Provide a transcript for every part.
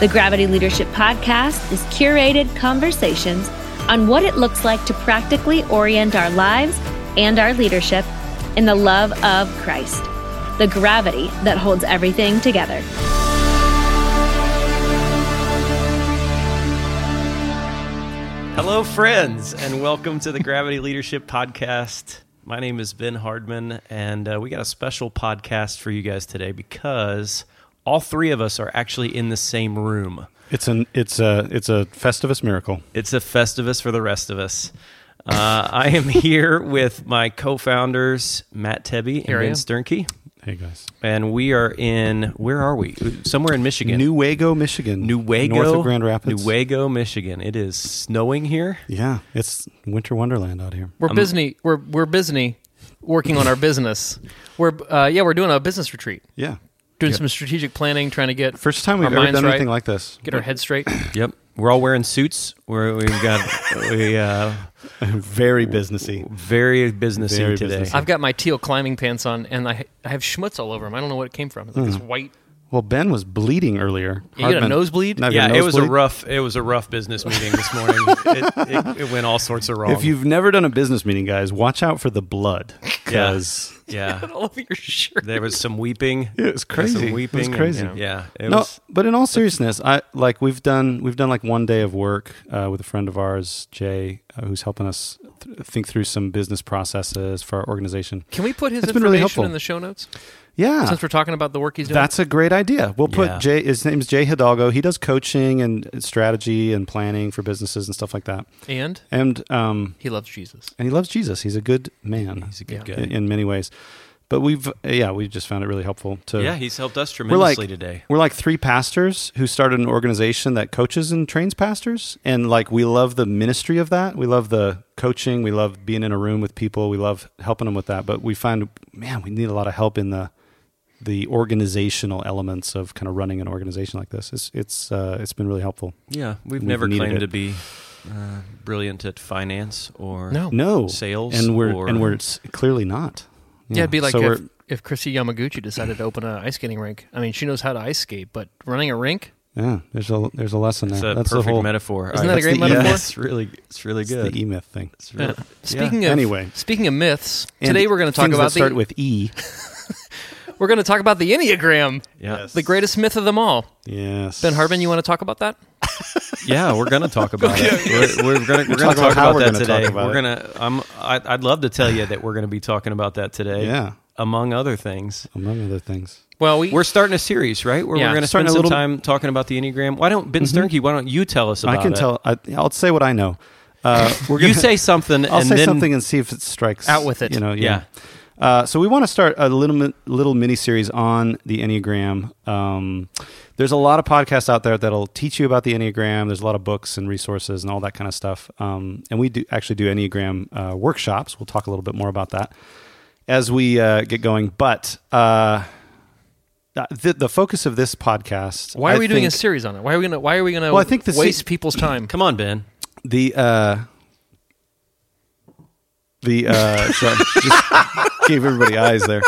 The Gravity Leadership Podcast is curated conversations on what it looks like to practically orient our lives and our leadership in the love of Christ, the gravity that holds everything together. Hello, friends, and welcome to the Gravity Leadership Podcast. My name is Ben Hardman, and uh, we got a special podcast for you guys today because all three of us are actually in the same room. It's an it's a it's a Festivus miracle. It's a festivus for the rest of us. Uh, I am here with my co-founders Matt Tebby and Ben Sternke, Hey guys, and we are in where are we? Somewhere in Michigan. Newego, Michigan, Newego, north of Grand Rapids. Newego, Michigan. It is snowing here. Yeah, it's winter wonderland out here. We're busy. We're we're busy working on our business. We're uh, yeah, we're doing a business retreat, Yeah, doing some strategic planning, trying to get first time we've our ever minds done right, anything like this. get our head straight. Yep, we're all wearing suits. We're, we've got we uh, Very businessy. very businessy Very today. businessy. I've got my teal climbing pants on, and I I have schmutz all over them. I don't know what it came from. It's like this Mm-hmm. white. Well, Ben was bleeding earlier. You got a nosebleed? I've got yeah, it was a nosebleed. rough it was a rough business meeting this morning. it, it, it went all sorts of wrong. If you've never done a business meeting, guys, watch out for the blood Yeah. because yeah, All over your shirt. there was some weeping. it was There was crazy. Some It weeping. was and- crazy. yeah, it no, was. but in all seriousness, I like we've done we've done like one day of work uh, with a friend of ours, Jay, uh, who's helping us th- think through some business processes for our organization. Can we put his It's been really information helpful. in the show notes Yeah, since we're talking about the work he's doing? that's a great idea. We'll put Yeah. Jay. His name's Jay Hidalgo. He does coaching and strategy and planning for businesses and stuff like that. and And um, he loves Jesus. and he loves Jesus. He's a good man. He's a good Yeah. guy. in, in many ways. But we've uh, yeah, we just found it really helpful to yeah, he's helped us we're tremendously like today. we're like three pastors who started an organization that coaches and trains pastors, and like we love the ministry of that. We love the coaching. We love being in a room with people. We love helping them with that. But we find, man, we need a lot of help in the the organizational elements of kind of running an organization like this. It's it's uh, it's been really helpful. Yeah, we've, We've never needed claimed it. to be uh, brilliant at finance or No. No Sales and we're or- and we're s- clearly not. Yeah, it'd be like so if, we're- if Chrissy Yamaguchi decided to open an ice skating rink. I mean, she knows how to ice skate, but running a rink, yeah. There's a there's a lesson It's there. a That's perfect the whole metaphor. Isn't All that a right. great the- yeah. metaphor? It's really, it's really it's good. the E myth thing. It's really- Yeah. yeah. Speaking of Anyway. speaking of myths, And today we're going to talk things about that start the with E. we're going to talk about the Enneagram, yeah, the greatest myth of them all. Yes, Ben Harbin, you want to talk about that? Yeah, we're gonna talk about it. We're, we're gonna we're gonna talk about talk how about we're that gonna talk today. about We're it. gonna. I'm. I, I'd love to tell you that we're gonna be talking about that today. Yeah. among other things. among other things. Well, we We're starting a series, right? Where Yeah. we're going to Starting spend a some little- time talking about the Enneagram. Why don't Ben Sternke? Why don't you tell us about Mm-hmm. I can it? tell. I, I'll say what I know. Uh, we're You say something, I'll and say then something and see if it strikes. Out with it. You know. Uh, so we want to start a little mi- little mini series on the Enneagram. Um, there's a lot of podcasts out there that'll teach you about the Enneagram. There's a lot of books and resources and all that kind of stuff. Um, and we do actually do Enneagram uh, workshops. We'll talk a little bit more about that as we uh, get going. But uh, the, the focus of this podcast. why are I we doing a think- series on it? Why are we gonna Why are we gonna Well, I think the se- waste people's time? Come on, Ben. the uh the uh sorry, just gave everybody eyes there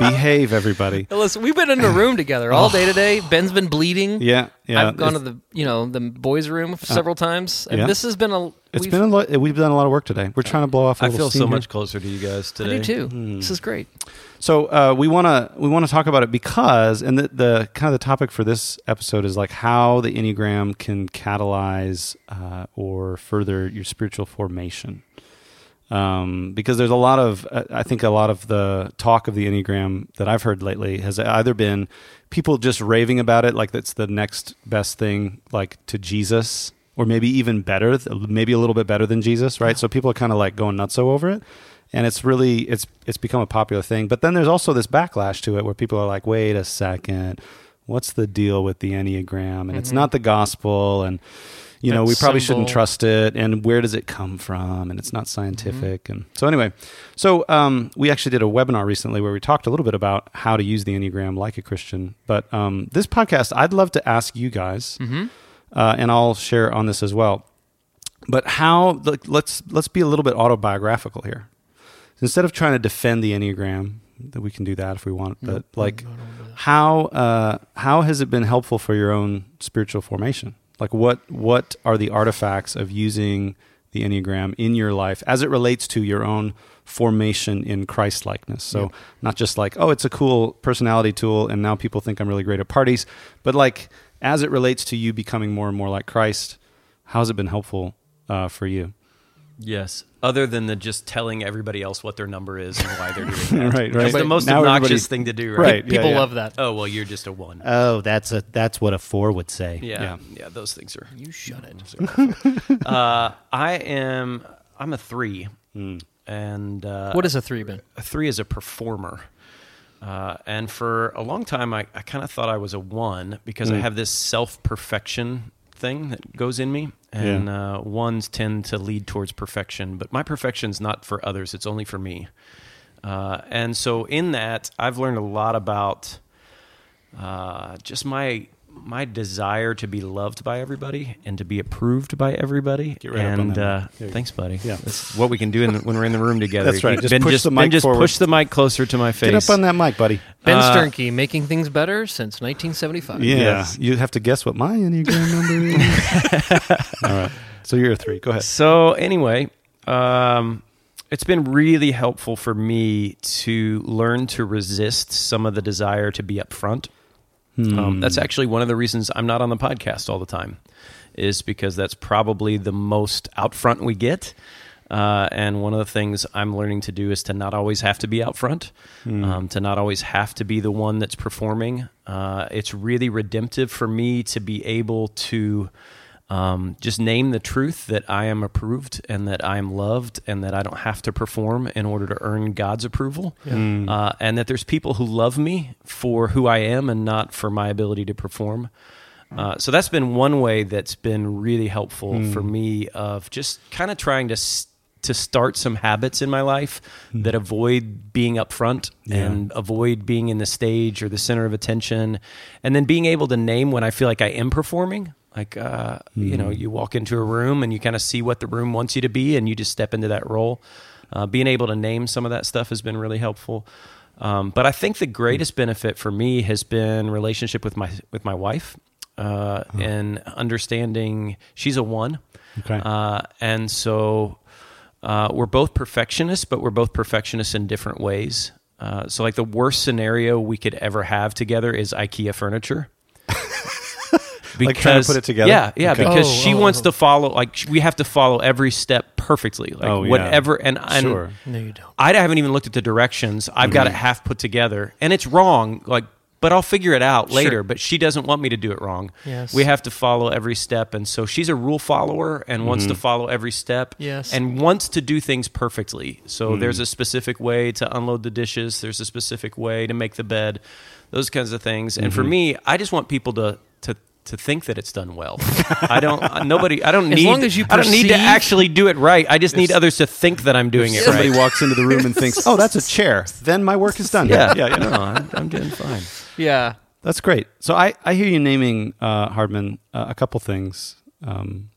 behave everybody Listen, we've been in a room together all day today. Ben's been bleeding. yeah yeah Uh, I've gone to the you know the boys' room several times, and yeah. this has been a. it's we've- been a lot we've done a lot of work today we're trying to blow off a I little feel steam so here. much closer to you guys I today. do too. Hmm. This is great. So uh, we want to we want to talk about it because, and the, the kind of the topic for this episode is like how the enneagram can catalyze uh, or further your spiritual formation. Um, because there's a lot of, uh, I think a lot of the talk of the enneagram that I've heard lately has either been people just raving about it, like that's the next best thing, like to Jesus, or maybe even better, th- maybe a little bit better than Jesus, right? So people are kind of like going nuts over it and it's really it's it's become a popular thing but then there's also this backlash to it where people are like wait a second what's the deal with the enneagram and it's not the gospel and you know Mm-hmm. That we probably shouldn't symbol. trust it and where does it come from and it's not scientific and so anyway so um, we actually did a webinar recently where we talked a little bit about how to use the enneagram like a christian but um, this podcast i'd love to ask you guys uh, and i'll share on this as well but how like, let's let's be a little bit autobiographical here instead of trying to defend the enneagram that we can do that if we want but like how uh, how has it been helpful for your own spiritual formation like what what are the artifacts of using the enneagram in your life as it relates to your own formation in christ likeness so not just like oh it's a cool personality tool and now people think i'm really great at parties but like as it relates to you becoming more and more like christ how's it been helpful uh, for you Yes. Other than the just telling everybody else what their number is and why they're doing that. right right It's the most Now everybody- obnoxious thing to do, right? yeah, People yeah. love that. Oh well, you're just a one. Oh, that's a that's what a four would say. yeah, yeah, Uh, yeah. Those things are. You shut it. Uh, I am. I'm a three, and uh, What is a three Ben? a three is a performer. Uh, and for a long time, I, I kind of thought I was a one because Mm. I have this self perfection thing that goes in me. And uh, ones tend to lead towards perfection, but my perfection's not for others, it's only for me. Uh, and so, in that, I've learned a lot about uh, just my my desire to be loved by everybody and to be approved by everybody. Get right up on and that mic. uh, There you thanks, buddy. Yeah. That's what we can do in, when we're in the room together. That's right. You- Just ben push just, the ben mic just forward. push the mic closer to my face. Get up on that mic, buddy. Ben Uh, Sternke making things better since 1975. Yeah. Yes. You have to guess what my Enneagram number is. All right. So you're a three. Go ahead. So anyway, um, it's been really helpful for me to learn to resist some of the desire to be upfront. Um, that's actually one of the reasons I'm not on the podcast all the time, is because that's probably the most out front we get. Uh, and one of the things I'm learning to do is to not always have to be out front, um, to not always have to be the one that's performing. Uh, it's really redemptive for me to be able to um, just name the truth that I am approved and that I am loved and that I don't have to perform in order to earn God's approval. Uh, and that there's people who love me for who I am and not for my ability to perform. Uh, so that's been one way that's been really helpful for me of just kind of trying to s- to start some habits in my life that avoid being upfront and avoid being in the stage or the center of attention, and then being able to name when I feel like I am performing. Like uh, you know, you walk into a room and you kind of see what the room wants you to be, and you just step into that role. Uh, being able to name some of that stuff has been really helpful. Um, but I think the greatest benefit for me has been relationship with my with my wife uh, and understanding she's a one. Okay. Uh, and so uh, we're both perfectionists, but we're both perfectionists in different ways. Uh, so, like, the worst scenario we could ever have together is IKEA furniture. Like trying to put it together? Yeah, yeah. Okay. Because Oh, she oh, wants oh. to follow. Like sh- we have to follow every step perfectly. Like Oh, yeah. whatever. And, and Sure. No, you don't. I haven't even looked at the directions. I've got it Mm-hmm. half put together, and it's wrong. Like, but I'll figure it out later. But she doesn't want me to do it wrong. Yes. we have to follow every step, and so she's a rule follower and wants to follow every step. Mm-hmm. Yes. Mm. and wants to do things perfectly. So there's a specific way to unload the dishes. There's a specific way to make the bed. Those kinds of things. And Mm-hmm. for me, I just want people to to. To think that it's done well, I don't. Nobody. I don't As need. long as you I don't need to perceive- actually do it right. I just need others to think that I'm doing it Somebody right. walks into the room and thinks, "Oh, that's a chair." Then my work is done. Yeah, yeah, yeah. No, I'm, I'm doing fine. Yeah. That's great. So I, I hear you naming uh, Hardman uh, a couple things. Um,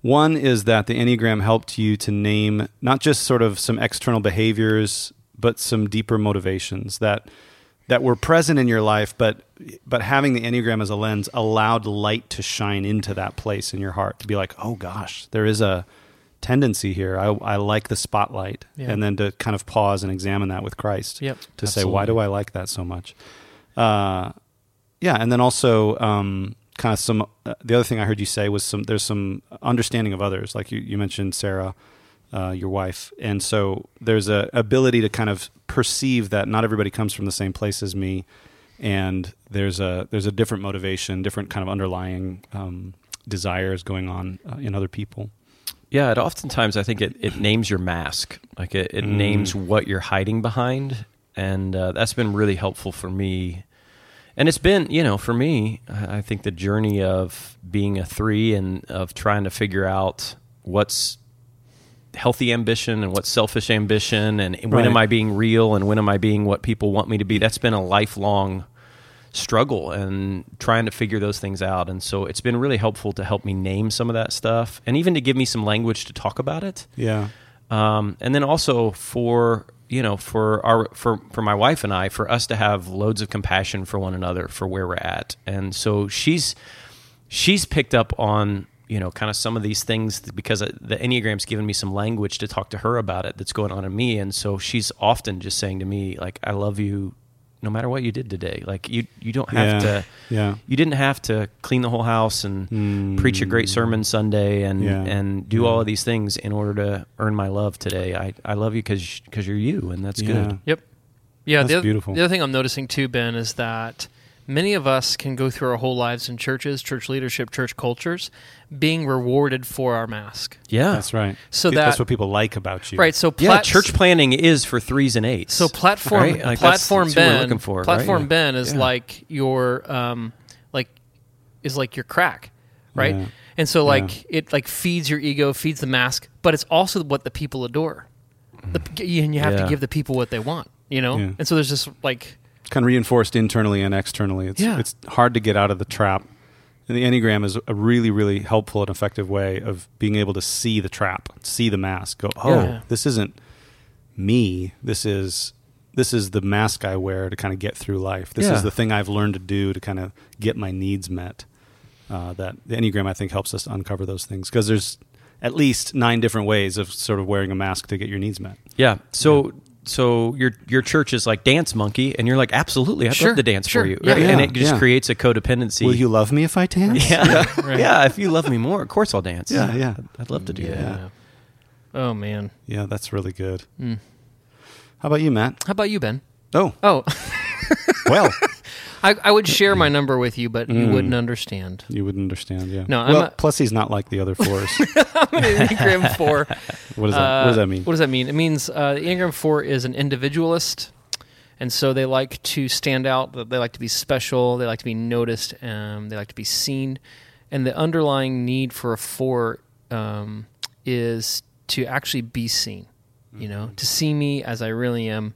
one is that the Enneagram helped you to name not just sort of some external behaviors, but some deeper motivations that that were present in your life, but but having the Enneagram as a lens allowed light to shine into that place in your heart to be like, oh gosh, there is a tendency here. I, I like the spotlight, Yeah. and then to kind of pause and examine that with Christ Yep. to say, why do I like that so much? Uh, yeah, and then also um, kind of some. Uh, the other thing I heard you say was some. There's some understanding of others, like you, you mentioned Sarah, uh, your wife, and so there's a ability to kind of perceive that not everybody comes from the same place as me, and there's a there's a different motivation, different kind of underlying um, desires going on uh, in other people. Yeah, it oftentimes I think it, it names your mask, like it, it names what you're hiding behind, and uh, that's been really helpful for me. And it's been, you know, for me, I I think the journey of being a three and of trying to figure out what's healthy ambition and what's selfish ambition, and when am Right. I being real and when am I being what people want me to be. That's been a lifelong struggle and trying to figure those things out. And so it's been really helpful to help me name some of that stuff and even to give me some language to talk about it. Yeah, Um, and then also for you know for our for for my wife and I for us to have loads of compassion for one another for where we're at. And so she's she's picked up on you know kind of some of these things because uh, the enneagram's given me some language to talk to her about it that's going on in me and so she's often just saying to me like i love you no matter what you did today like you you don't have Yeah. to Yeah. you didn't have to clean the whole house and preach a great sermon sunday and Hmm. Yeah. and do all of these things in order to earn my love today i i love you cuz cuz you're you and that's good Yep. Yeah. That's the, oth- beautiful. the other thing I'm noticing too, Ben, is that many of us can go through our whole lives in churches, church leadership, church cultures, being rewarded for our mask. yeah That's right. So that's that- what people like about you, Right. So yeah, plat- church planning is for threes and eights. So platform Right? Like, that's- platform that's who we're Ben looking for, right? platform Yeah. Ben is Yeah. like your um like is like your crack, right? Yeah. And so like it like feeds your ego, feeds the mask, but it's also what the people adore. The, p- and you have Mm-hmm. Yeah. to give the people what they want, you know. Yeah. And so there's just like kind of reinforced internally and externally. It's Yeah. it's hard to get out of the trap. And the Enneagram is a really, really helpful and effective way of being able to see the trap, see the mask. Go, oh, Yeah. this isn't me. This is this is the mask I wear to kind of get through life. This Yeah. is the thing I've learned to do to kind of get my needs met. Uh, that the Enneagram I think helps us uncover those things because there's at least nine different ways of sort of wearing a mask to get your needs met. Yeah. So so your your church is like dance monkey, and you're like, absolutely, I'd Sure, love to dance sure, for you, yeah. right? and Yeah, it just yeah. creates a codependency. Will you love me if I dance? yeah, yeah. If you love me more, of course I'll dance. Yeah, yeah. I'd- I'd love to do that. yeah. Oh man. Yeah, that's really good. Hmm. How about you, Matt? How about you, Ben? Oh, Oh, well, I, I would share my number with you, but you wouldn't understand. you wouldn't understand. Yeah. No, I'm well, a- plus he's not like the other fours. Enneagram four. what does that? what does that mean? Uh, What does that mean? It means uh, the Enneagram Four is an individualist, and so they like to stand out. that They like to be special. They like to be noticed. Um, they like to be seen. And the underlying need for a four um, is to actually be seen. You know, Mm-hmm. to see me as I really am.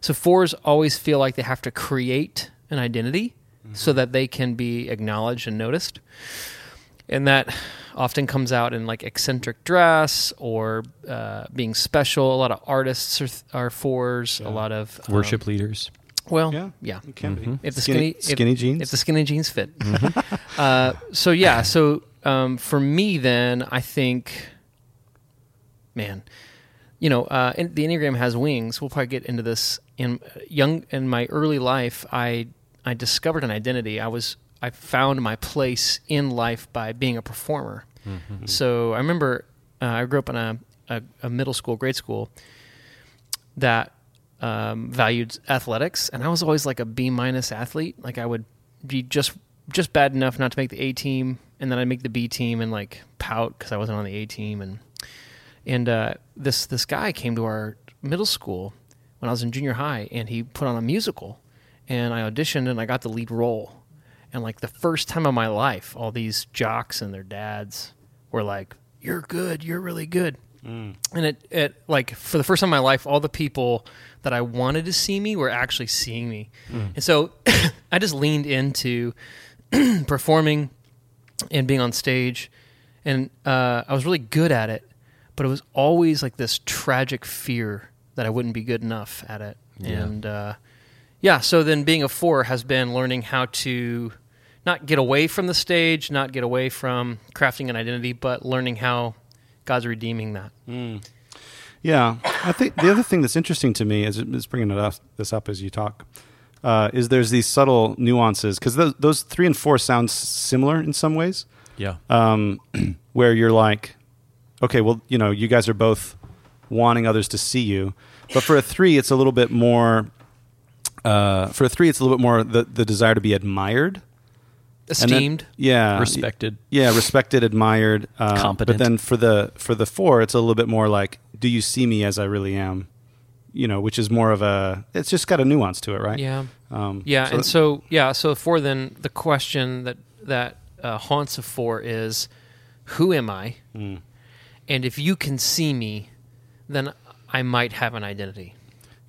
So fours always feel like they have to create an identity Mm-hmm. so that they can be acknowledged and noticed and that often comes out in like eccentric dress or uh, being special. A lot of artists are, are fours. A lot of Uh, um, Worship leaders. Well, Yeah, yeah, Mm-hmm. it can be. If the Skinny- skinny skinny, if, jeans? Mm-hmm. if the skinny jeans fit. uh, so yeah, so um, for me then, I think, man, you know, uh, and the enneagram has wings. We'll probably get into this in young in my early life. I I discovered an identity. I was. I found my place in life by being a performer. Mm-hmm. So I remember uh, I grew up in a, a, a middle school, grade school that um, valued athletics, and I was always like a B minus athlete. Like I would be just just bad enough not to make the A team, and then I'd make the B team and like pout because I wasn't on the A team. And and uh, this this guy came to our middle school when I was in junior high, and he put on a musical, and I auditioned and I got the lead role. And like the first time of my life, all these jocks and their dads were like, "You're good. You're really good." and it, it like for the first time in my life all the people that i wanted to see me were actually seeing me and so i just leaned into performing and being on stage and uh, i was really good at it but it was always like this tragic fear that i wouldn't be good enough at it and uh, yeah so then being a four has been learning how to not get away from the stage not get away from crafting an identity but learning how god's redeeming that Yeah, I think the other thing that's interesting to me is, is bringing it up, this up as you talk. Uh, is there's these subtle nuances because those, those three and four sound s- similar in some ways, Yeah. uh, where you're like, okay, well, you know, you guys are both wanting others to see you, but for a three, it's a little bit more. Uh, for a three, it's a little bit more the, the desire to be admired, And then- esteemed yeah, Respected. yeah, respected, admired, uh, Competent. But then for the for the four, it's a little bit more like, do you see me as I really am? You know, which is more of a. It's just got a nuance to it, right? Yeah. Um, yeah, so and that- so yeah, so for then the question that that uh, haunts a four is, who am I? Hmm. And if you can see me, then I might have an identity.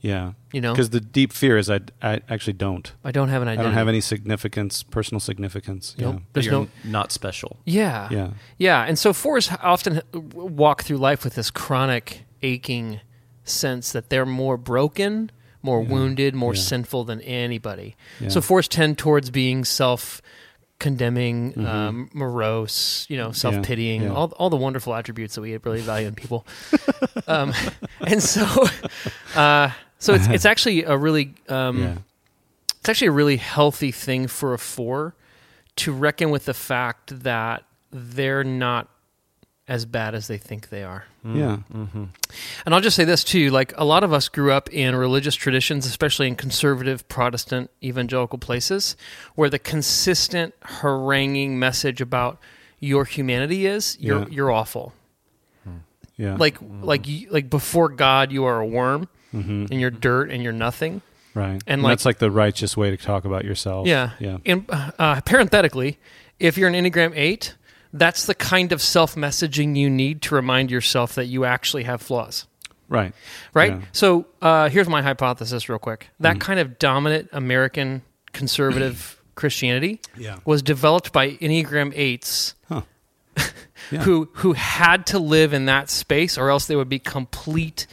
Yeah. You know? because the deep fear is I, I actually don't. I don't have an I identity. don't have any significance, personal significance. Nope. Yeah. There's no. not special. Yeah. Yeah. Yeah. And so fours often walk through life with this chronic aching sense that they're more broken, more wounded, more sinful than anybody. So fours tend towards being self condemning, Mm-hmm. um, morose, you know, self pitying, yeah. all, all the wonderful attributes that we really value in people. um, and so, uh, so it's, it's actually a really, um, Uh-huh. Yeah. it's actually a really healthy thing for a four to reckon with the fact that they're not as bad as they think they are. Yeah. And I'll just say this too like, a lot of us grew up in religious traditions, especially in conservative, Protestant, evangelical places, where the consistent haranguing message about your humanity is you're, Yeah. Mm-hmm. you're awful. Yeah. Like, like, you- like before God, you are a worm Mm-hmm. and you're dirt and you're nothing. right. And, like- that's like the righteous way to talk about yourself. Yeah. Yeah. And uh, parenthetically, if you're an Enneagram 8, that's the kind of self messaging you need to remind yourself that you actually have flaws. right. Right? Yeah. Mm. So uh, here's my hypothesis, real quick. That kind of dominant American conservative Christianity Yeah. was developed by Enneagram 8s. Huh. Yeah. Who who had to live in that space, or else they would be complete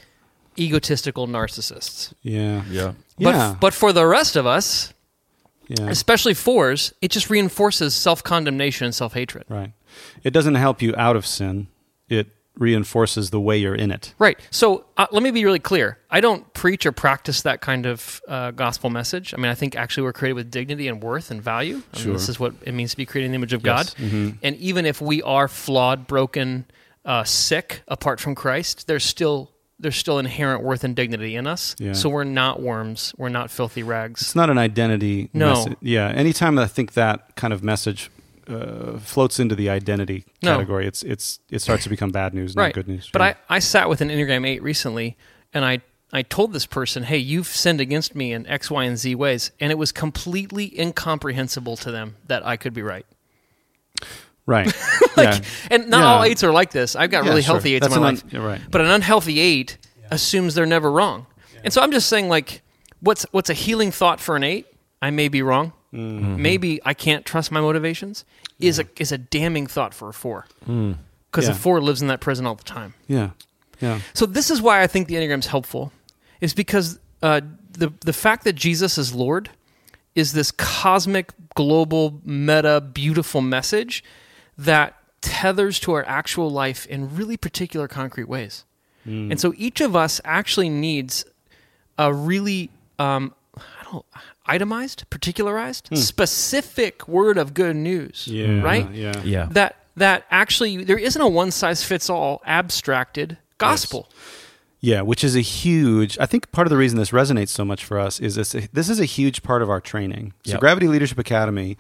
egotistical narcissists. Yeah. Yeah. But Yeah. but for the rest of us, yeah. especially fours, it just reinforces self condemnation and self hatred. Right. Right. It doesn't help you out of sin. It reinforces the way you're in it. So uh, let me be really clear. I don't preach or practice that kind of uh, gospel message. I mean, I think actually we're created with dignity and worth and value. I mean, this is what it means to be created in the image of God. And even if we are flawed, broken, uh, sick, apart from Christ, there's still there's still inherent worth and dignity in us. Yeah. So we're not worms. We're not filthy rags. It's not an identity. No. messa- Yeah. Anytime I think that kind of message uh, floats into the identity No. category, it's it's it starts to become bad news, not good news. But Yeah. I, I sat with an Enneagram 8 recently and I, I told this person, hey, you've sinned against me in X, Y, and Z ways. And it was completely incomprehensible to them that I could be right. right. yeah. And not Yeah. all eights are like this. I've got Yeah, really sure. healthy eights That's in my an life. un- yeah, right. But an unhealthy eight assumes they're never wrong. And so I'm just saying, like, what's, what's a healing thought for an eight? I may be wrong. Mm-hmm. Maybe I can't trust my motivations. Is a is a damning thought for a four, because Mm. Yeah. a four lives in that prison all the time. Yeah. Yeah. So this is why I think the Enneagram's helpful, is because uh, the the fact that Jesus is Lord is this cosmic, global, meta, beautiful message that tethers to our actual life in really particular, concrete ways. Hmm. And so each of us actually needs a really um, I don't no itemized, particularized, specific word of good news. right? Hmm. Yeah. Yeah. That that actually there isn't a one size fits all abstracted gospel. Yeah, which is a huge. I think part of the reason this resonates so much for us is this. This is a huge part of our training. So, Yep. Gravity Leadership Academy.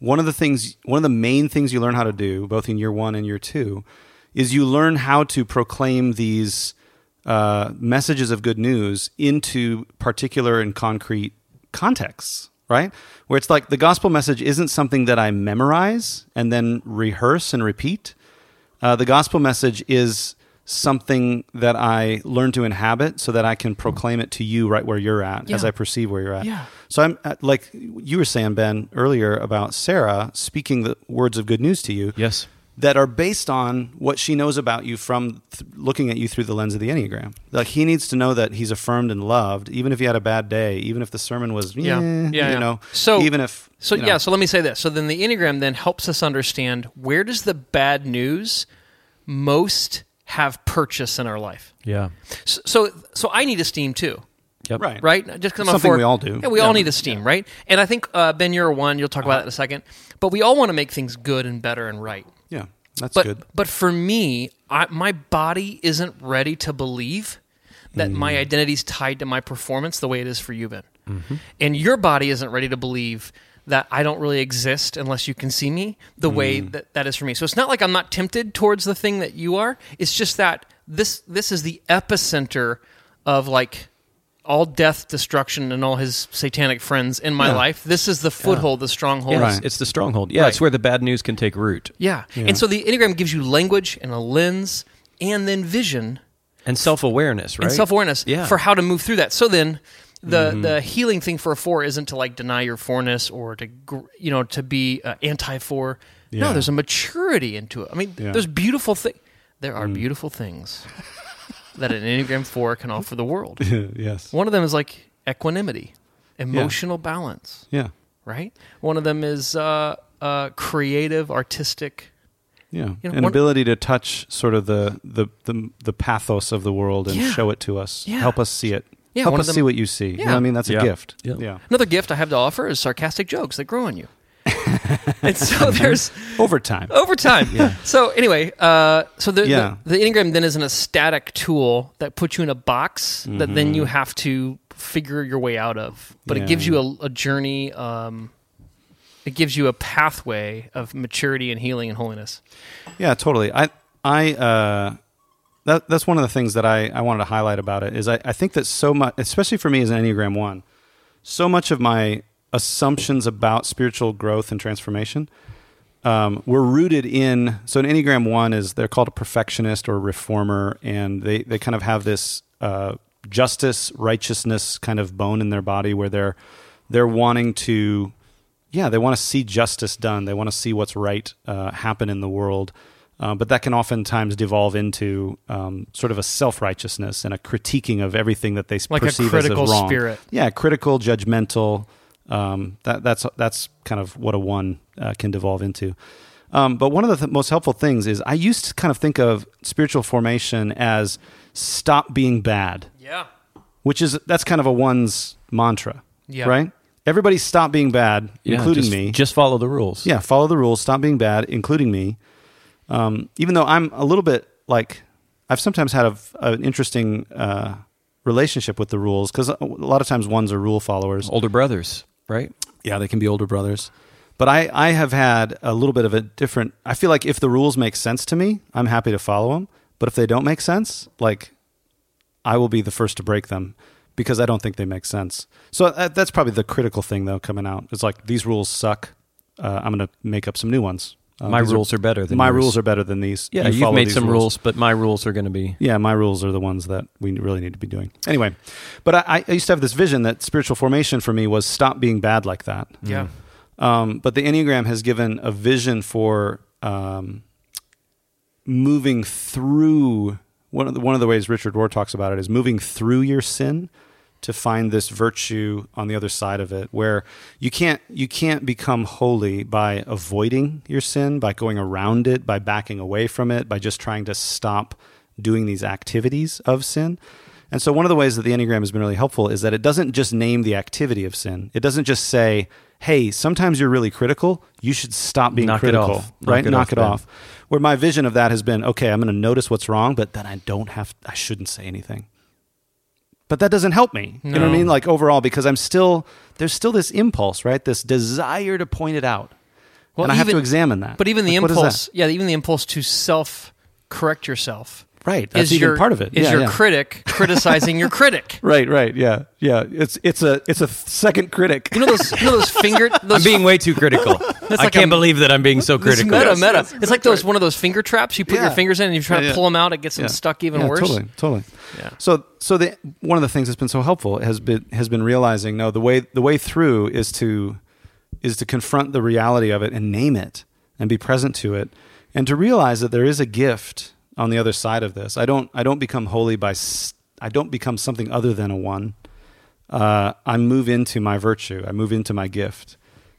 One of the things, one of the main things you learn how to do, both in year one and year two, is you learn how to proclaim these uh, messages of good news into particular and concrete contexts. Right, where it's like the gospel message isn't something that I memorize and then rehearse and repeat. Uh, the gospel message is something that I learn to inhabit so that I can proclaim it to you right where you're at as Yeah. I perceive where you're at. Yeah. So I'm uh, like you were saying, Ben, earlier about Sarah speaking the words of good news to you. Yes. That are based on what she knows about you from th- looking at you through the lens of the Enneagram. Like he needs to know that he's affirmed and loved, even if he had a bad day, even if the sermon was, yeah, Mm. you know, So even if, so, you know. yeah. So let me say this. So then the enneagram then helps us understand where does the bad news most have purchase in our life. Yeah. So so, so I need esteem too. Yep. right, right? Just because I'm a Something four- we all do. Yeah, we Yeah. Uh-huh. all need esteem, right? And I think uh, Ben, you're a one. You'll talk about that in a second. But we all want to make things good and better and right. Yeah, that's But good. but for me, I, my body isn't ready to believe that Mm. my identity's tied to my performance the way it is for you, Ben. Mm-hmm. And your body isn't ready to believe that I don't really exist unless you can see me the way Mm. that that is for me. So it's not like I'm not tempted towards the thing that you are. It's just that this this is the epicenter of like all death, destruction, and all his satanic friends in my life. This is the foothold, the stronghold. Yeah, it's, it's the stronghold. Yeah, it's where the bad news can take root. Yeah. And so the Enneagram gives you language and a lens and then vision And self awareness, right? and self awareness Yeah. Mm-hmm. for how to move through that. So then the, the healing thing for a four isn't to like deny your fourness or to, gr- you know, to be uh, anti four. No, there's a maturity into it. I mean, there's beautiful things. There Mm. are beautiful things that an Enneagram four can offer the world. yes. One of them is like equanimity, emotional balance Yeah. right? One of them is uh, uh, creative, artistic. Yeah, You know, an one- ability to touch sort of the the the, the pathos of the world and Yeah. show it to us, Yeah. help us see it, Yeah, help one us of see them- what you see. You know Yeah. what I mean, that's Yeah. a gift. Yeah. Another gift I have to offer is sarcastic jokes that grow on you. and so there's over time. over time. So anyway, uh, so the, Yeah. the the enneagram then isn't a static tool that puts you in a box that then you have to figure your way out of, Mm-hmm. but Yeah. it gives you a, a journey. Um, it gives you a pathway of maturity and healing and holiness. Yeah, totally. I I uh that that's one of the things that I I wanted to highlight about it is I I think that so much especially for me as an Enneagram 1, so much of my assumptions about spiritual growth and transformation um, were rooted in so an Enneagram 1 is they're called a perfectionist or reformer and they they kind of have this uh justice righteousness kind of bone in their body where they're they're wanting to yeah, they want to see justice done. They want to see what's right uh, happen in the world. Uh, but that can oftentimes devolve into um, sort of a self righteousness and a critiquing of everything that they s- Like a perceive critical as, as wrong. spirit. Yeah, critical, judgmental. Um, that, that's that's kind of what a one uh, can devolve into. Um, but one of the th- most helpful things is I used to kind of think of spiritual formation as stop being bad Yeah. which is that's kind of a one's mantra, Yeah. right? Everybody stop being bad, Yeah, including just- me. Just follow the rules. yeah, follow the rules, stop being bad, including me. Um, even though I'm a little bit like I've sometimes had a, an interesting uh, relationship with the rules because a lot of times ones are rule followers. Older brothers, right? Yeah, they can be older brothers. But I, I have had a little bit of a different. I feel like if the rules make sense to me, I'm happy to follow them. But if they don't make sense, like I will be the first to break them because I don't think they make sense. So uh, that's probably the critical thing though coming out. It's like these rules suck. Uh, I'm going to make up some new ones. Uh, My these rules are better than my yours. rules are better than these. Yeah, You you follow have made these some rules. but my rules are going to be. yeah, my rules are the ones that we really need to be doing. Anyway, but I, I used to have this vision that spiritual formation for me was stop being bad like that. Yeah. Um, but the Enneagram has given a vision for um, moving through. One of, the, one of the ways Richard Rohr talks about it is moving through your sin to find this virtue on the other side of it, where you can't you can't become holy by avoiding your sin, by going around it, by backing away from it, by just trying to stop doing these activities of sin. And so, one of the ways that the Enneagram has been really helpful is that it doesn't just name the activity of sin. It doesn't just say, hey, sometimes you're really critical. You should stop being Knock it critical, off. Knock right? it Knock off, it Ben. off. Where my vision of that has been, okay, I'm going to notice what's wrong, but then I don't have, I shouldn't say anything. But that doesn't help me. You know what I No. mean? Like overall, because I'm still, there's still this impulse, right? This desire to point it out. Well, and I have to even- examine that. But even the Like, what is that? impulse, yeah, even the impulse to self correct yourself. Right, that's is even your, part of it. Is Yeah, your yeah. critic criticizing your critic? Right, right, yeah, yeah. It's it's a it's a second critic. You know those, you know those finger. I'm Those being way too critical. I like can't a- believe that I'm being so It's critical. meta, meta. it's like those one of those finger traps you put Yeah. your fingers in and you try Yeah, yeah. to pull them out. It gets them stuck even Yeah, worse. Totally, totally. Yeah. So so the one of the things that's been so helpful has been has been realizing no the way the way through is to is to confront the reality of it and name it and be present to it and to realize that there is a gift on the other side of this. I don't I don't become holy by s- I don't become something other than a one. Uh, I move into my virtue. I move into my gift.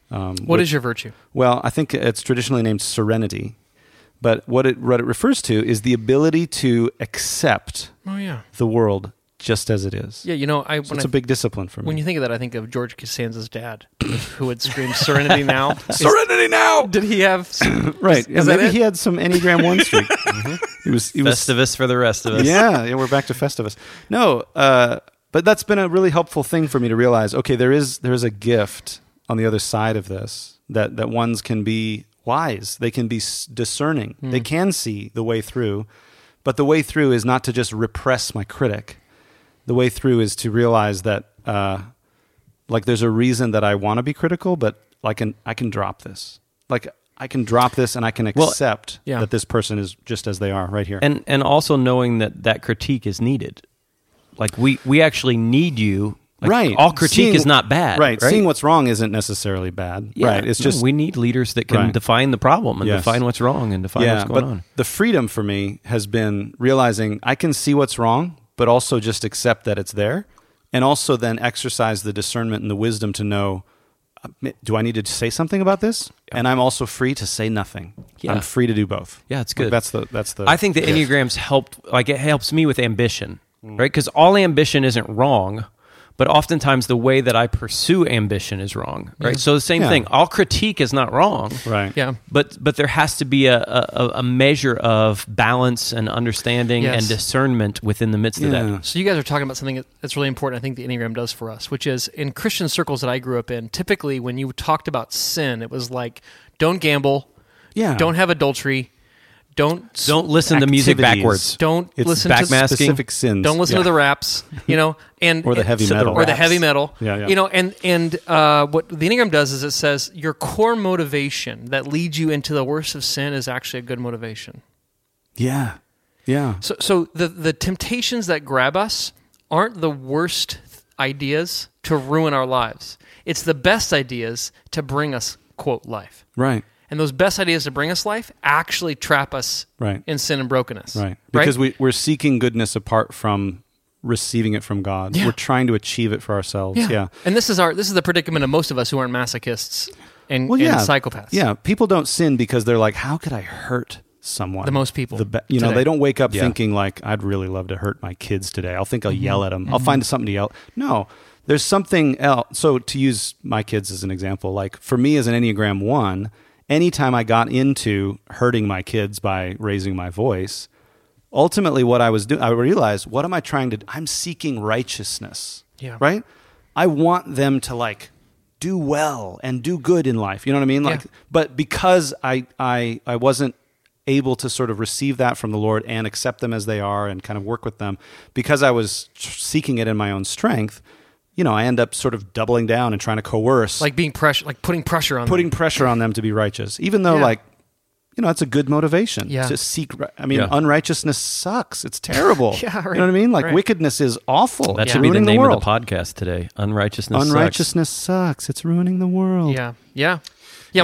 Um, What is your virtue? Well, I think it's traditionally named serenity, but what it what it refers to is the ability to accept Oh yeah, the world just as it is. yeah. You know, I So when it's I, a big discipline for me. when you think of that, I think of George Costanza's dad, who would scream "Serenity now." serenity now, Did he have? right? Yeah, is that maybe it? Mm-hmm. he had some Enneagram One streak. He was he was Festivus for the rest of us. yeah, yeah, we're back to Festivus. No, uh, but that's been a really helpful thing for me to realize. Okay, there is there is a gift on the other side of this that that ones can be wise. They can be s- discerning. They can see the way through, but the way through is not to just repress my critic. The way through is to realize that uh, like there's a reason that I want to be critical, but like an, I can drop this. Like I can drop this and I can Well, accept yeah. that this person is just as they are right here. and and also knowing that that critique is needed like we we actually need you Like, right. all critique Seeing- is not bad Right. Seeing what's wrong isn't necessarily bad. Yeah, Right. It's no, just we need leaders that can Right. define the problem and Yes. define what's wrong and define yeah. what's going but on the freedom for me has been realizing I can see what's wrong, but also just accept that it's there, and also then exercise the discernment and the wisdom to know. uh, m- Do I need to say something about this? And I'm also free to say nothing. Yeah. I'm free to do both. Yeah, it's Like, good. that's the that's the. I think the Enneagrams helped, like, it helps me with ambition, right? Because all ambition isn't wrong, but oftentimes the way that I pursue ambition is wrong, right? So the same Yeah. thing. All critique is not wrong, Right. Yeah. But but there has to be a, a, a measure of balance and understanding Yes. and discernment within the midst of Yeah. that. So you guys are talking about something that's really important. I think the Enneagram does for us, which is in Christian circles that I grew up in. Typically, when you talked about sin, it was like, "Don't gamble, Yeah. don't have adultery, don't Don't listen to music Activities. backwards. don't It's listen to backmasking. specific sins. Don't listen Yeah. to the raps, you know, and Or the heavy so metal. or the Raps. heavy metal, Yeah, yeah. you know, and and uh, what the enneagram does is it says your core motivation that leads you into the worst of sin is actually a good motivation. Yeah. Yeah. So so the the temptations that grab us aren't the worst ideas to ruin our lives. It's the best ideas to bring us quote life. Right. And those best ideas to bring us life actually trap us Right. in sin and brokenness. Right. Because we, we're seeking goodness apart from receiving it from God. We're trying to achieve it for ourselves. Yeah. And this is our this is the predicament of most of us who aren't masochists and, Well, and yeah. psychopaths. Yeah. People don't sin because they're like, how could I hurt someone? The most people The be- you know, today. they don't wake up thinking, like, I'd really love to hurt my kids today. I'll think I'll Mm-hmm. yell at them. I'll find something to yell. No. There's something else. So, to use my kids as an example, like for me as an Enneagram 1, anytime I got into hurting my kids by raising my voice, ultimately what I was doing, I realized, what am I trying to? I'm seeking righteousness. Yeah. Right. I want them to like do well and do good in life. You know what I mean? Like, Yeah. but because I I I wasn't able to sort of receive that from the Lord and accept them as they are and kind of work with them because I was tr- seeking it in my own strength. You know, I end up sort of doubling down and trying to coerce, Like being pressure like putting pressure on putting them. pressure on them to be righteous, even though Yeah. like. You know, it's a good motivation Yeah. to seek. ri- I mean, Yeah. unrighteousness sucks. It's terrible. Yeah, You know what I right, mean? Like right. wickedness is awful. That It's should be the ruining name of world. the podcast today. Unrighteousness. sucks. Unrighteousness sucks. It's ruining the world. Yeah. Yeah. Yeah.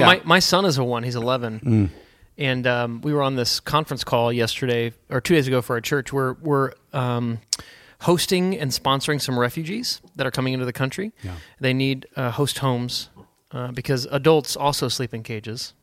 Yeah. Mm. My my son is a one. He's eleven. And um, we were on this conference call yesterday or two days ago for our church. We're we're um, hosting and sponsoring some refugees that are coming into the country. They need uh, host homes uh, because adults also sleep in cages.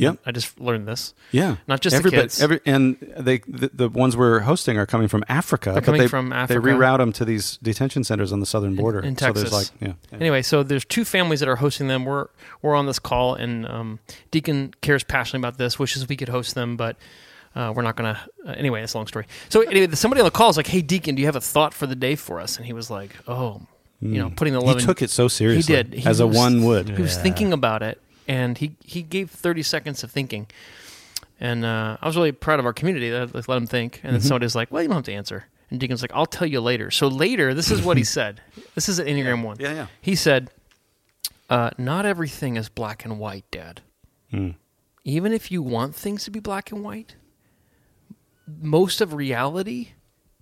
Yep. I just learned this. Yeah, Not just the everybody. kids. Every and they the, the ones we're hosting are coming from Africa. but coming they, from Africa. They reroute them to these detention centers on the southern border in So there's Texas. like yeah, Anyway, so there's two families that are hosting them. We're we're on this call, and um, Deacon cares passionately about this. Wishes we could host them, but uh, we're not gonna. Uh, anyway, it's a long story. So anyway, somebody on the call is like, "Hey, Deacon, do you have a thought for the day for us?" And he was like, "Oh, you know, putting the love." Hmm. he in- took it so seriously. He did, He as a was- one would. He was thinking about it, and he he gave 30 seconds of thinking. And uh, I was really proud of our community that that let him think. And then Mm-hmm. somebody's like, "Well, you don't have to answer." And Deacon's like, "I'll tell you later." So later, this is what he said. This is an Enneagram one. Yeah, yeah. He said, uh, "Not everything is black and white, Dad. Mm. Even if you want things to be black and white, most of reality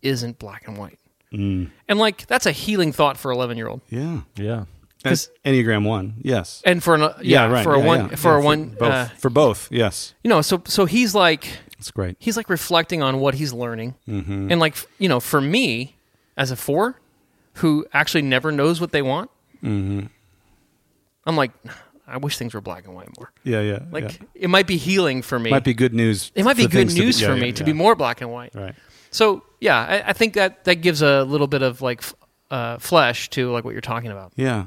isn't black and white." Mm. And like, that's a healing thought for 11 year old Yeah, Yeah. That's Enneagram one. Yes. and for an yeah, yeah, right. for a yeah, one yeah. for Yeah, a one both. uh, for both. Yes, you know so so he's like that's great. he's like reflecting on what he's learning Mm-hmm. and like f- you know for me as a four who actually never knows what they want Mm-hmm. i'm like i wish things were black and white more Yeah, yeah. like yeah. it might be healing for me might be good news. it might be for good things to news yeah, for yeah, me yeah. to be more black and white right. so yeah I, I think that that gives a little bit of like f- uh, flesh to like what you're talking about Yeah, yeah.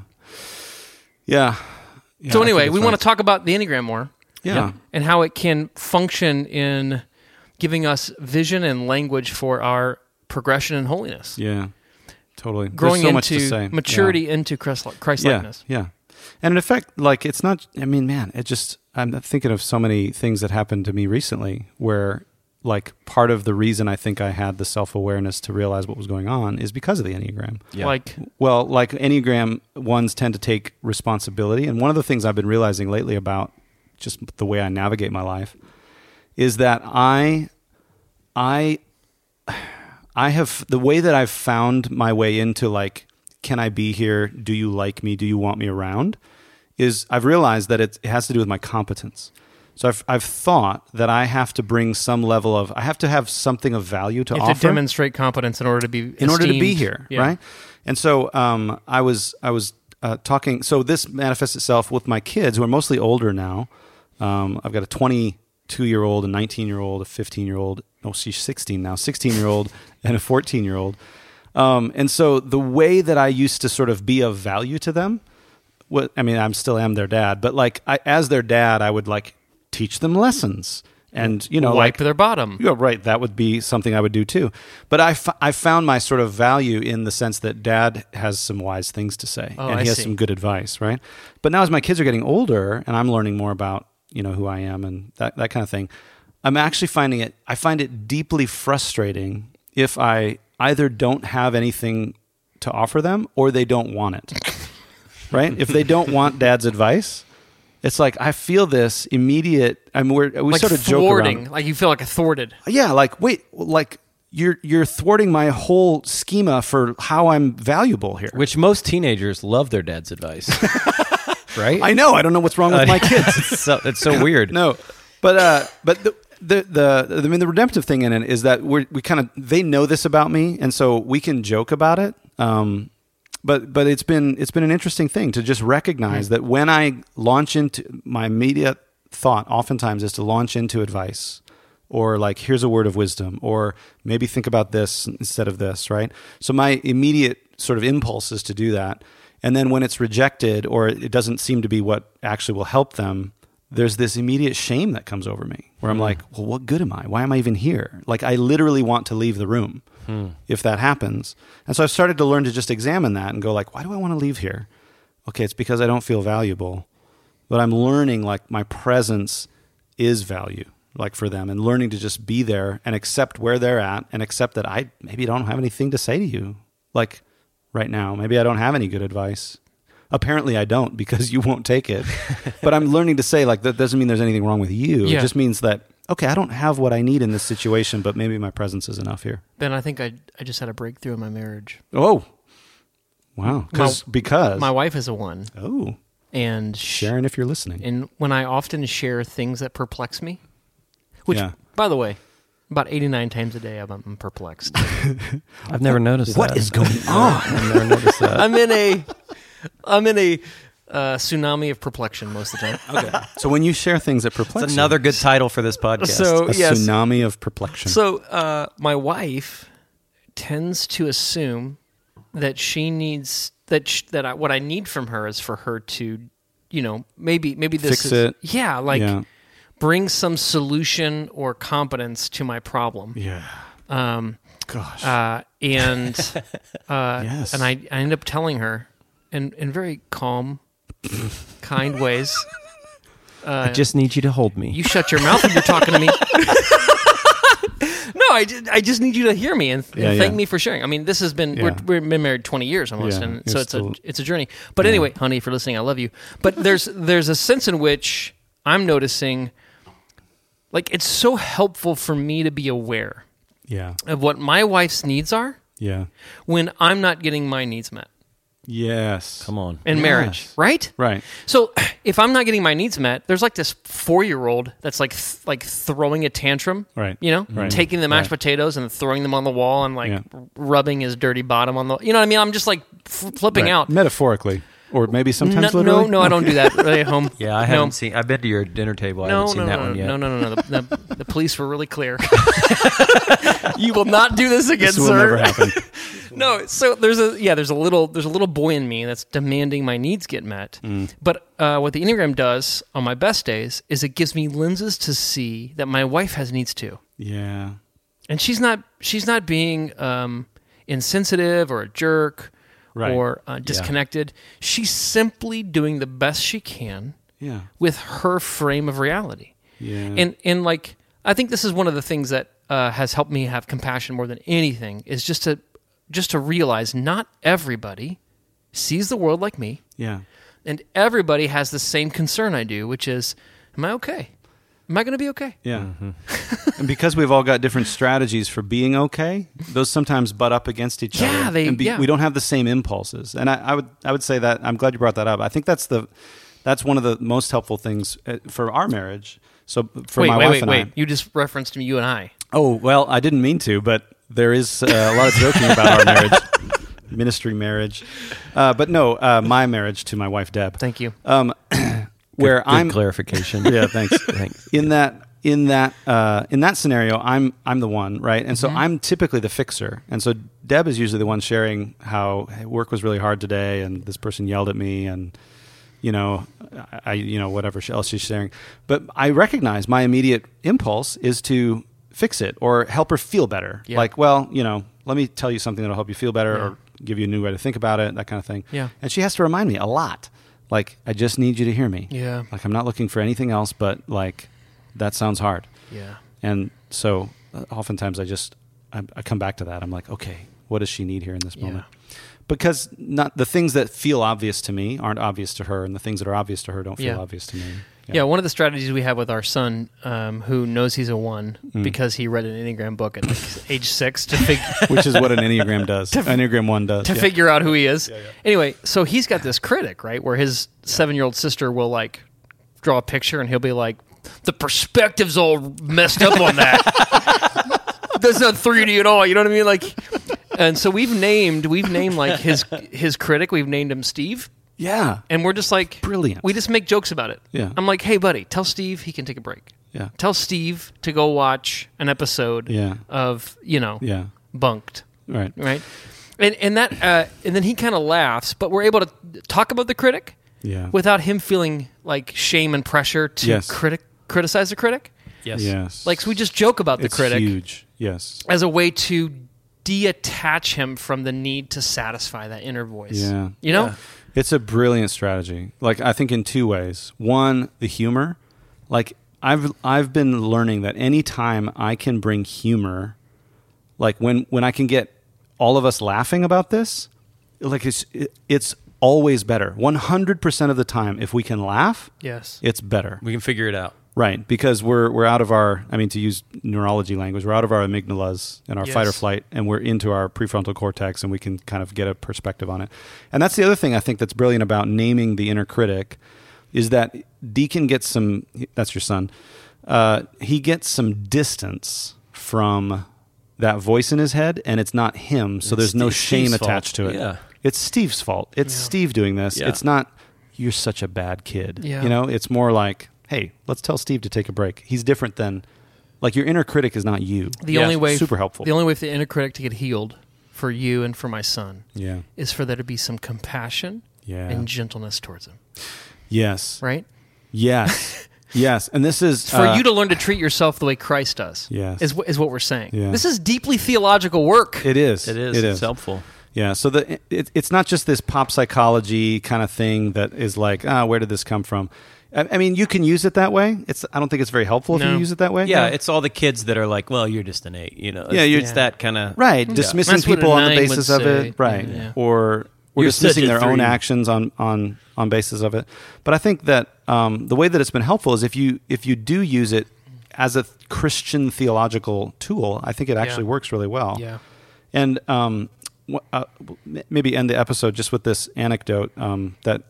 Yeah, so I think anyway that's we right. want to talk about the enneagram more Yeah. and how it can function in giving us vision and language for our progression in holiness, Yeah, totally. There's growing so much to say. into maturity into Christ Yeah. likeness. yeah, yeah. And in effect, like it's not. I mean, man, it just. I'm thinking of so many things that happened to me recently, where like part of the reason I think I had the self awareness to realize what was going on is because of the enneagram. Like Well, like Enneagram ones tend to take responsibility. And one of the things I've been realizing lately about just the way I navigate my life is that I, I, I have the way that I've found my way into like, can I be here? Do you like me? Do you want me around? Is I've realized that it, it has to do with my competence. So I've, I've thought that I have to bring some level of, I have to have something of value to you have offer to demonstrate competence in order to be in order to be esteemed. here, Yeah. right? And so um, I was I was uh, talking. So this manifests itself with my kids, who are mostly older now. Um, I've got a 22 year old, a 19 year old, a 15 year old. No, she's 16 now. 16 year old and a 14 year old. Um, and so the way that I used to sort of be of value to them, what I mean, I'm still am their dad, but like I, as their dad, I would like teach them lessons and you know wipe like, their bottom. yeah, right. That would be something I would do too. But I, f- I found my sort of value in the sense that dad has some wise things to say and Oh, I he has see. some good advice, right? But now as my kids are getting older and I'm learning more about, you know, who I am and that, that kind of thing, I'm actually finding it, I find it deeply frustrating if I either don't have anything to offer them or they don't want it, right? If they don't want dad's advice, it's like I feel this immediate. I mean, we're, we Like sort of joke around. thwarting, like you feel like a thwarted. Yeah, like wait, like you're you're thwarting my whole schema for how I'm valuable here. Which most teenagers love their dad's advice, right? I know, I don't know what's Uh, wrong with my kids. it's so, it's so weird. No, but uh, but the, the the I mean the redemptive thing in it is that we're, we kind of they know this about me, and so we can joke about it. Um, but but it's been it's been an interesting thing to just recognize that when I launch into my immediate thought, oftentimes is to launch into advice or like here's a word of wisdom or maybe think about this instead of this right so my immediate sort of impulse is to do that and then when it's rejected or it doesn't seem to be what actually will help them there's this immediate shame that comes over me where I'm like, well, what good am I? Why am I even here? Like, I literally want to leave the room if that happens. And so I've started to learn to just examine that and go, like, why do I want to leave here? Okay, it's because I don't feel valuable. But I'm learning, like, my presence is value, like, for them, and learning to just be there and accept where they're at and accept that I maybe don't have anything to say to you, like, right now. Maybe I don't have any good advice apparently i don't because you won't take it but i'm learning to say like that doesn't mean there's anything wrong with you Yeah. it just means that okay i don't have what i need in this situation but maybe my presence is enough here Then I think I I just had a breakthrough in my marriage. oh wow 'Cause- My- because My wife is a one, oh and sh- sharon if you're listening and when I often share things that perplex me, which Yeah. by the way, about 89 times a day I'm, I'm perplexed. I've never noticed What that. Ah. is going on? I've never noticed that. I'm in a I'm in a uh, tsunami of perplexion most of the time. Okay. so when you share things that perplex, It's you, another good title for this podcast. So- a yes. tsunami of perplexion. So uh, my wife tends to assume that she needs that sh- that I, what I need from her is for her to, you know, maybe maybe this Fix is it. yeah, like Yeah. bring some solution or competence to my problem. yeah, Um, gosh, uh, and uh, Yes. and I, I end up telling her in in very calm, kind ways. I just need you to hold me. You shut your mouth when you're talking to me. no, I just, I just need you to hear me and, and Yeah, thank yeah. me for sharing. I mean, this has been Yeah. we're, we've been married 20 years almost, Yeah, and you're so it's still- a it's a journey. But anyway, honey, if you're listening, I love you. But there's there's a sense in which I'm noticing, like it's so helpful for me to be aware yeah, of what my wife's needs are yeah, when I'm not getting my needs met yes. Come on. in marriage, right? Right. So if I'm not getting my needs met, there's like this four year old that's like th- like throwing a tantrum, Right. You know, Right. taking the mashed potatoes and throwing them on the wall and like Yeah. r- rubbing his dirty bottom on the. You know what I mean? I'm just like f- flipping Right. out. metaphorically, or maybe No, sometimes no, literally. no, I don't do that really at home. Yeah, I No. haven't seen. I've been to your dinner table. I No, haven't no, seen no, that no, one yet. no, no, no, no. The, the, the police were really clear. you will not do this again, This will sir. never happen. No, so there's a yeah, there's a little there's a little boy in me that's demanding my needs get met. Mm. But uh, what the Enneagram does on my best days is it gives me lenses to see that my wife has needs too, yeah. and she's not she's not being um, insensitive or a jerk Right. or uh, disconnected. She's simply doing the best she can Yeah. with her frame of reality. Yeah. And and like I think this is one of the things that uh, has helped me have compassion more than anything is just to just to realize not everybody sees the world like me, yeah. and everybody has the same concern I do, which is, am I okay? Am I going to be okay? Yeah. Mm-hmm. and because we've all got different strategies for being okay, those sometimes butt up against each other. Yeah, they- and yeah. we don't have the same impulses. And I, I would I would say that I'm glad you brought that up. I think that's the that's one of the most helpful things uh, for our marriage. So for wait, my wait, wife wait, and wait! I. You just referenced me, you and I. Oh, well, I didn't mean to, but there is uh, a lot of joking about our marriage. Ministry marriage, uh, but no, uh, my marriage to my wife Deb. Thank you. Um, where Good I'm clarification. yeah thanks Thanks. in that in that uh, in that scenario i'm i'm the one right and so Mm-hmm. i'm typically the fixer and so deb is usually the one sharing how hey, work was really hard today and this person yelled at me and you know i, I you know whatever else she's sharing but i recognize my immediate impulse is to fix it or help her feel better Yeah. like well you know let me tell you something that'll help you feel better or give you a new way to think about it that kind of thing Yeah. and she has to remind me a lot like i just need you to hear me Yeah. like I'm not looking for anything else, but like that sounds hard. Yeah. And so uh, oftentimes I just I, I come back to that. I'm like, okay, what does she need here in this moment? Because not the things that feel obvious to me aren't obvious to her, and the things that are obvious to her don't feel Yeah. obvious to me. Yeah. one of the strategies we have with our son, um, who knows he's a one Hmm. because he read an Enneagram book at like, age six to figure Which is what an Enneagram does. Enneagram one does. to yeah. figure out who he is. Anyway, so he's got this critic, right? Where his seven year old sister will like draw a picture and he'll be like, the perspective's all messed up on that. That's not 3D at all. You know what I mean? Like, and so we've named, we've named like his, his critic, we've named him Steve. yeah. And we're just like, Brilliant. We just make jokes about it. Yeah. I'm like, hey, buddy, tell Steve he can take a break. Yeah. Tell Steve to go watch an episode Yeah. of, you know, Yeah. bunked Right. right? And and that uh, and then he kind of laughs, but we're able to talk about the critic Yeah. without him feeling like shame and pressure to Yes. critic criticize the critic. yes. Yes. Like so we just joke about the it's critic huge. Yes. as a way to detach him from the need to satisfy that inner voice. Yeah. You know? It's a brilliant strategy. Like I think in two ways. One, the humor. Like I've I've been learning that any time I can bring humor, like when when I can get all of us laughing about this, like it's it, it's always better. 100% of the time if we can laugh, Yes. it's better. We can figure it out. Right, because we're we're out of our I mean to use neurology language, we're out of our amygdalas and our Yes. fight or flight and we're into our prefrontal cortex and we can kind of get a perspective on it. And that's the other thing I think that's brilliant about naming the inner critic is that Deacon gets some that's your son. Uh, he gets some distance from that voice in his head and it's not him, so there's no Steve- shame Steve's fault. attached to it. Yeah. It's Steve's fault. It's Steve doing this. Yeah. It's not you're such a bad kid. Yeah. You know, it's more like, hey, let's tell Steve to take a break. He's different than like your inner critic is not you. The only way super helpful. The only way for the inner critic to get healed for you and for my son yeah. is for there to be some compassion Yeah. and gentleness towards him. Yes. Right? Yes. yes. And this is For you to learn to treat yourself the way Christ does. Uh, Yes. Is, wh- is what we're saying. Yeah. This is deeply theological work. uh, It is. It is. It It's is. helpful. Yeah, so the it, it's not just this pop psychology kind of thing that is like, ah, where did this come from? I, I mean, you can use it that way. It's I don't think it's very helpful if No. you use it that way. Yeah, it's all the kids that are like, well, you're just an eight. You know, Yeah, it's, you're- it's that kind of right. Dismissing That's what a people on the nine would basis of say. it, right? Yeah. Or or You're such dismissing a their own three. actions on on on basis of it. But I think that um, the way that it's been helpful is if you if you do use it as a Christian theological tool, I think it actually works really well. Yeah. And um, wh- uh, m- maybe end the episode just with this anecdote um, that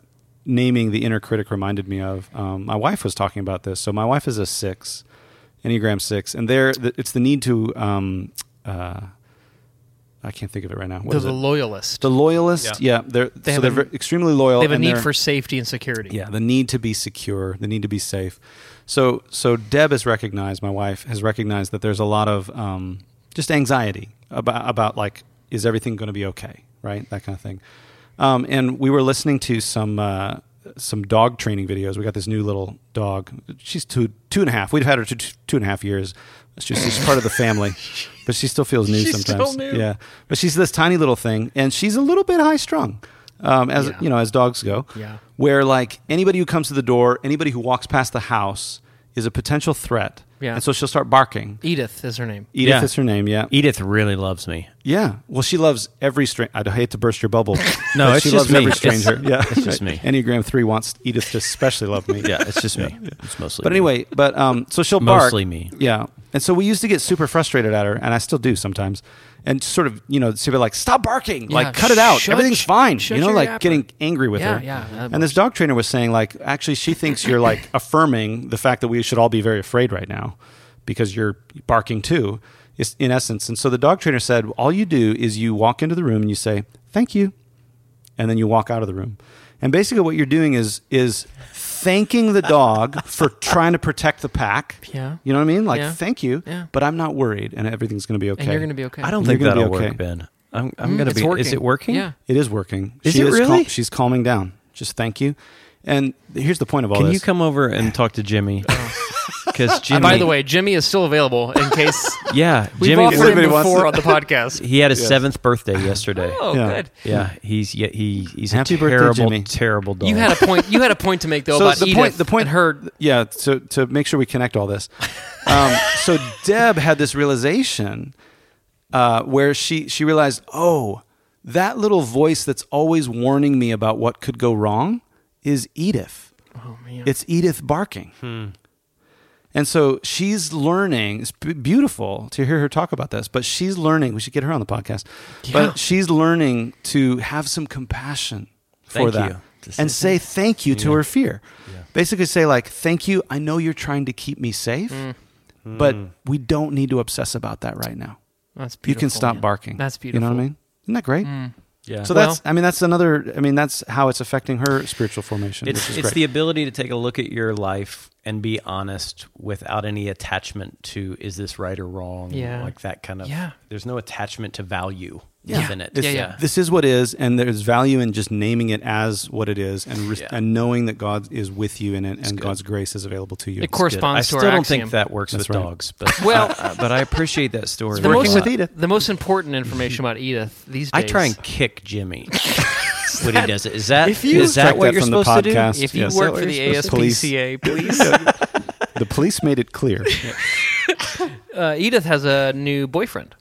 naming the inner critic reminded me of. Um, my wife was talking about this. So my wife is a six, Enneagram six, and there th- it's the need to. Um, uh, I can't think of it right now. What They're is the it? loyalist. The loyalist. Yeah, they're so They have they're a- ver- extremely loyal. they have a and need they're- for safety and security. yeah, the need to be secure, the need to be safe. So, so Deb has recognized, my wife has recognized that there's a lot of um, just anxiety about about like, is everything going to be okay, right? That kind of thing. Um, and we were listening to some uh, some dog training videos. We got this new little dog. She's two two and a half. We've had her two, two and a half years. She's, she's part of the family, but she still feels new She's still sometimes. new. Yeah, but she's this tiny little thing, and she's a little bit high strung, um, as Yeah. you know, as dogs go Yeah. where like anybody who comes to the door, anybody who walks past the house is a potential threat. Yeah. And so she'll start barking. Edith is her name. Edith Yeah. is her name, yeah. Edith really loves me. yeah. Well, she loves every stranger. I'd hate to burst your bubble. No, but it's she just loves me. every It's- stranger. yeah. it's just me. Enneagram 3 wants Edith to especially love me. Yeah, it's just me. It's mostly. But me. anyway, but um, so she'll bark. Mostly me. Yeah. And so we used to get super frustrated at her, and I still do sometimes. And sort of, you know, she'd be like, "Stop barking! like, cut it out! shut- Everything's fine!" shut You know, your like yapper. getting angry with Yeah, her. yeah. And this dog trainer was saying, like, actually, she thinks you're like affirming the fact that we should all be very afraid right now because you're barking too, is- in essence. And so the dog trainer said, all you do is you walk into the room and you say, "Thank you," and then you walk out of the room. And basically, what you're doing is is thanking the dog for trying to protect the pack. Yeah. you know what I mean. Like, Yeah. thank you, Yeah. but I'm not worried, and everything's going to be okay. And you're going to be okay. I don't You're think gonna be that'll okay. work, Ben. I'm, I'm gonna Mm, It's be. working. Is it working? Yeah. It is working. Is she it cal- really? she's calming down. Just thank you. And here's the point of all Can this. you come over and talk to Jimmy? Because Jimmy, And Oh. by the way, Jimmy is still available in case yeah, we've Jimmy, offered him Everybody wants before to- on the podcast. he had his seventh birthday yesterday. Oh, Yeah. good. Yeah, he's yeah, he he's Happy a birthday, terrible, Jimmy. terrible dog. You had a point. You had a point to make though about the Edith point, the point, and her yeah. So to make sure we connect all this, um, so Deb had this realization uh, where she she realized, oh, that little voice that's always warning me about what could go wrong is Edith. Oh man, it's Edith barking. And so she's learning. It's b- beautiful to hear her talk about this, but she's learning. We should get her on the podcast. But she's learning to have some compassion for Thank that you. To and say thank you to her fear. Basically, say like, "Thank you. I know you're trying to keep me safe, but we don't need to obsess about that right now. That's You beautiful. can stop yeah. barking. That's You know what beautiful. I mean? Isn't that great? Mm. yeah. So that's. I mean, that's another. I mean, that's how it's affecting her spiritual formation. It's which is it's great. the ability to take a look at your life and be honest without any attachment to is this right or wrong? Yeah. like that kind of. Yeah. there's no attachment to value within it. It's- Yeah, yeah. This is what is, and there's value in just naming it as what it is, and re- Yeah. and knowing that God is with you in it, and God's grace is available to you. It Good. I corresponds to still our don't axiom. think that works with right. dogs, but Well- I- I- but I appreciate that story. the a most, lot. The most important information about Edith these I days. try and kick Jimmy when he does it. Is that If you- is that Strike what that you're from the supposed to do? podcast. If you Yes. work Is for that the what you're supposed to- ASPCA, please. the police made it clear. uh, Edith has a new boyfriend.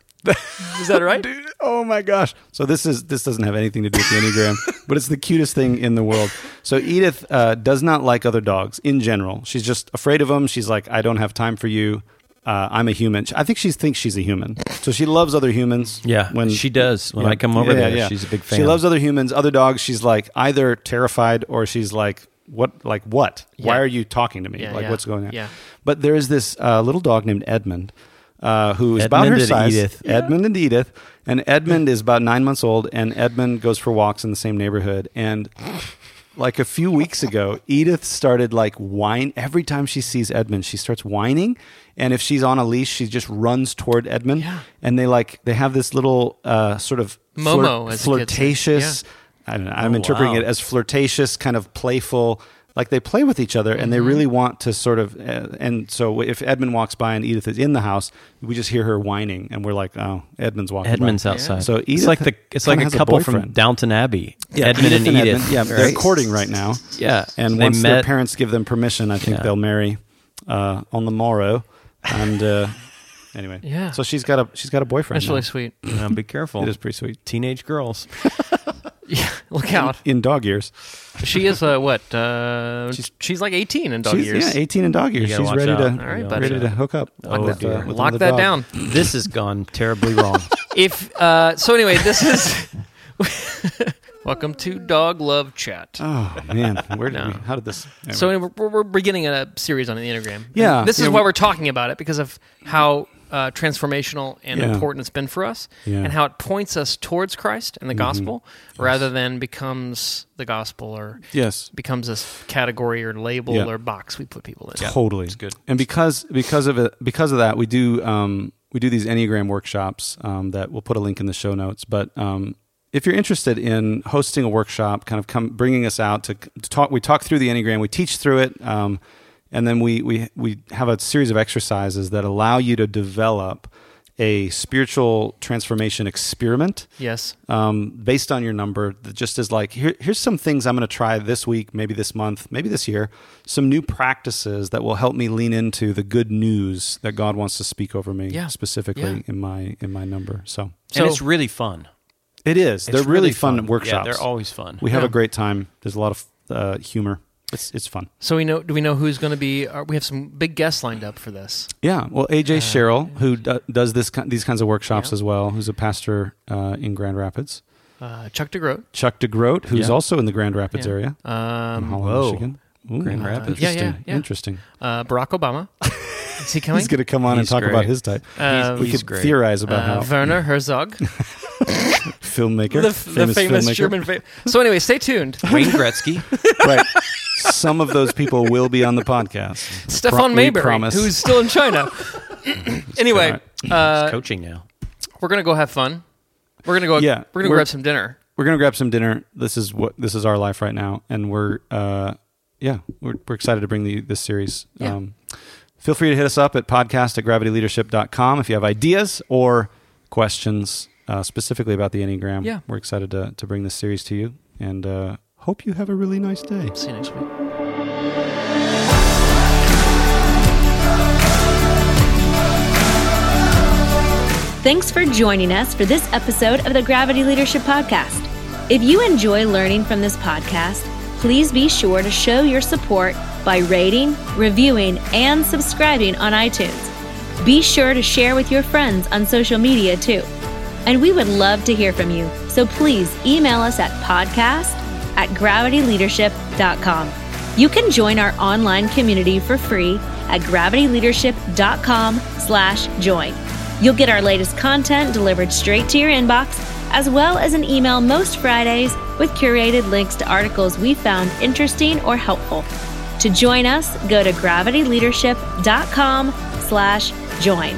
Is that right? Dude, oh my gosh! So this is this doesn't have anything to do with the enneagram, but it's the cutest thing in the world. So Edith uh, does not like other dogs in general. She's just afraid of them. She's like, I don't have time for you. Uh, I'm a human. I think she thinks she's a human, so she loves other humans. Yeah, she does. When I come over there, she's a big She fan. loves other humans, other dogs. She's like either terrified or she's like, what? Like what? Why Yeah. are you talking to me? Yeah, like yeah, what's going on? yeah. But there is this uh, little dog named Edmund, uh, who is about Edmund her and size. Edith. Edmund and Edith, and Edmund is about nine months old, and Edmund goes for walks in the same neighborhood, and like a few weeks ago, Edith started like whine every time she sees Edmund. She starts whining, and if she's on a leash, she just runs toward Edmund. Yeah. And they like they have this little uh, sort of Momo, as the kids say. flirtatious. I don't know, Oh, I'm interpreting wow. it as flirtatious, kind of playful. Like they play with each other, and they really want to sort of. Uh, and so, if Edmund walks by and Edith is in the house, we just hear her whining, and we're like, "Oh, Edmund's walking." by." Edmund's outside. So Edith it's like the it's like kinda a has couple from boyfriend. Downton Abbey. Edmund and Edith. Edmund, yeah, they're courting right now. Yeah. and They once their met- parents give them permission, I think Yeah. they'll marry uh, on the morrow. And uh, anyway, Yeah. So she's got a she's got a boyfriend. That's really now. sweet. Now, be careful. It is pretty sweet. Teenage girls. Look out. In dog years, She is uh, what? Uh, she's, like 18 in dog she's years. yeah, eighteen in dog years. You gotta She's watch ready out. to You right, gotta bud. watch ready to out. hook up. Oh, with, dear. uh, with Lock another that dog. down. This has gone terribly wrong. If uh, so, anyway, this is welcome to Dog Love Chat. Oh man, where did No. we, how did this? anyway. So anyway, we're, we're beginning a series on the Enneagram. Yeah. And this is Yeah, why we- we're talking about it because of how uh, transformational and Yeah. important it's been for us, Yeah. Mm-hmm. and how it points us towards Christ and the gospel rather than becomes the gospel or yes, becomes this category or label Yeah. or box we put people in. totally good and because because of it because of that we do um, we do these enneagram workshops um, that we'll put a link in the show notes but um, if you're interested in hosting a workshop kind of come bringing us out to, to talk we talk through the enneagram we teach through it um, and then we, we we have a series of exercises that allow you to develop a spiritual transformation experiment Yes. um, based on your number, that just as like, here, here's some things I'm going to try this week, maybe this month, maybe this year, some new practices that will help me lean into the good news that God wants to speak over me Yeah. specifically Yeah. in my in my number. So So- and it's really fun. it It's is. they're really, fun, Yeah, workshops. they're always fun. We have Yeah. a great time. There's a lot of uh, humor. It's it's fun. So we know. Do we know who's going to be? Are, we have some big guests lined up for this. Yeah. Well, AJ Sherrill, who do, does this ki- these kinds of workshops Yeah. as well, who's a pastor uh, in Grand Rapids. Uh, Chuck DeGroat. Chuck DeGroat, who's Yeah. also in the Grand Rapids Yeah. area. in Um, Holland, whoa. Michigan. Ooh, Grand Rapids. Yeah, Interesting. yeah, yeah. Interesting. uh, Barack Obama. Is he coming? He's going to come on and He's talk great. about his type. Uh, we he's could great. theorize about uh, how Werner Herzog, filmmaker, the, the famous filmmaker. German. Fa- so anyway, stay tuned. Wayne Gretzky. right. Some of those people will be on the podcast. Stefan Pro- we Mayberry, promise. who's still in China. anyway, Uh, He's coaching now. we're gonna go have fun. We're gonna go. Yeah, we're gonna we're- grab some dinner. we're going to grab some dinner. This is what this is our life right now, and we're uh, yeah, we're, we're excited to bring the this series. Um, Yeah. feel free to hit us up at podcast at gravityleadership.com if you have ideas or questions uh, specifically about the Enneagram. Yeah. We're excited to, to bring this series to you and uh, hope you have a really nice day. See you next week. Thanks for joining us for this episode of the Gravity Leadership Podcast. If you enjoy learning from this podcast, please be sure to show your support by rating, reviewing, and subscribing on iTunes. Be sure to share with your friends on social media too. And we would love to hear from you, so please email us at podcast at gravityleadership.com. You can join our online community for free at gravityleadership.com slash join. You'll get our latest content delivered straight to your inbox, as well as an email most Fridays with curated links to articles we found interesting or helpful. To join us, go to gravityleadership.com slash join.